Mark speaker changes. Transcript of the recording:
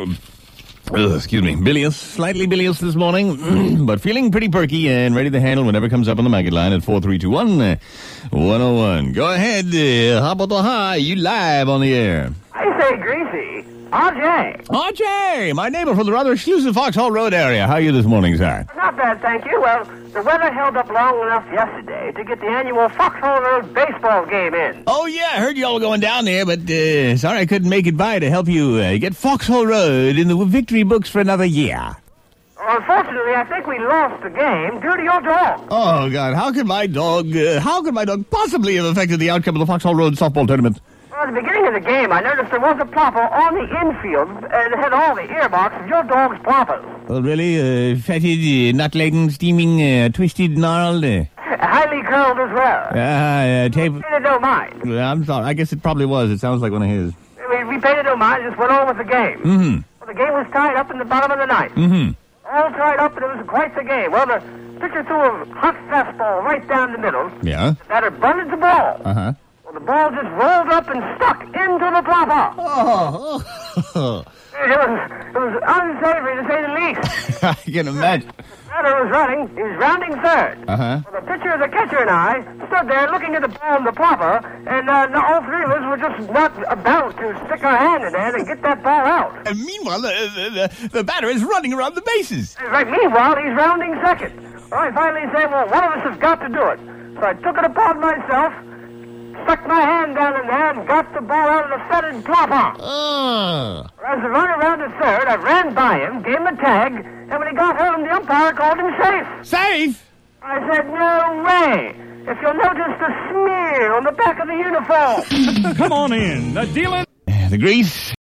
Speaker 1: Ugh, excuse me, bilious, slightly bilious this morning, but feeling pretty perky and ready to handle whenever comes up on the maggot line at 4321 101. Go ahead, uh, hop on the high, you live on the air.
Speaker 2: I say greasy. RJ.
Speaker 1: RJ, my neighbor from the rather exclusive Foxhall Road area. How are you this morning, sir?
Speaker 2: Not bad, thank you. Well, the weather held up long enough yesterday to get the annual Foxhole Road baseball game in.
Speaker 1: Oh, yeah, I heard you all going down there, but uh, sorry I couldn't make it by to help you uh, get Foxhole Road in the victory books for another year.
Speaker 2: Unfortunately, I think we lost the game due to your dog.
Speaker 1: Oh, God, how could my dog, uh, how could my dog possibly have affected the outcome of the Foxhole Road softball tournament?
Speaker 2: Well, at the beginning of the game, I noticed there was a plopper on the infield and had all the earmarks of your dog's ploppers.
Speaker 1: Oh, really? Uh, fetid, uh, nut-laden, steaming, uh, twisted, gnarled? Uh,
Speaker 2: Highly curled as well.
Speaker 1: uh, uh, tape...
Speaker 2: Painted no mind.
Speaker 1: I'm sorry, I guess it probably was. It sounds like one of his.
Speaker 2: We, we painted no mind and just went on with the game. Mm-hmm. Well, the game was tied up in the bottom of the ninth.
Speaker 1: Mm-hmm.
Speaker 2: All tied up, and it was quite the game. Well, the pitcher threw a hot fastball right down the middle.
Speaker 1: Yeah?
Speaker 2: The batter bunted the ball.
Speaker 1: Uh-huh.
Speaker 2: Well, the ball just rolled up and stuck into the plopper.
Speaker 1: Oh,
Speaker 2: It was, it was unsavory, to say the least.
Speaker 1: I can imagine.
Speaker 2: The batter was running. He was rounding third.
Speaker 1: Uh-huh.
Speaker 2: Well, the pitcher, the catcher, and I stood there looking at the ball and the plopper, and uh, no- all three of us were just not about to stick our hand in there and get that ball out.
Speaker 1: And meanwhile, the, the, the, the batter is running around the bases.
Speaker 2: And Right, meanwhile, he's rounding second. Well, I finally said, well, one of us has got to do it. So I took it upon myself, stuck my hand down in there, and got the ball out of the fetid plopper.
Speaker 1: Oh.
Speaker 2: As I ran around at third, I ran by him, gave him a tag, and when he got home, the umpire called him safe.
Speaker 1: Safe?
Speaker 2: I said, no way. If you'll notice the smear on the back of the uniform.
Speaker 3: Come on in. The deal is
Speaker 1: The grease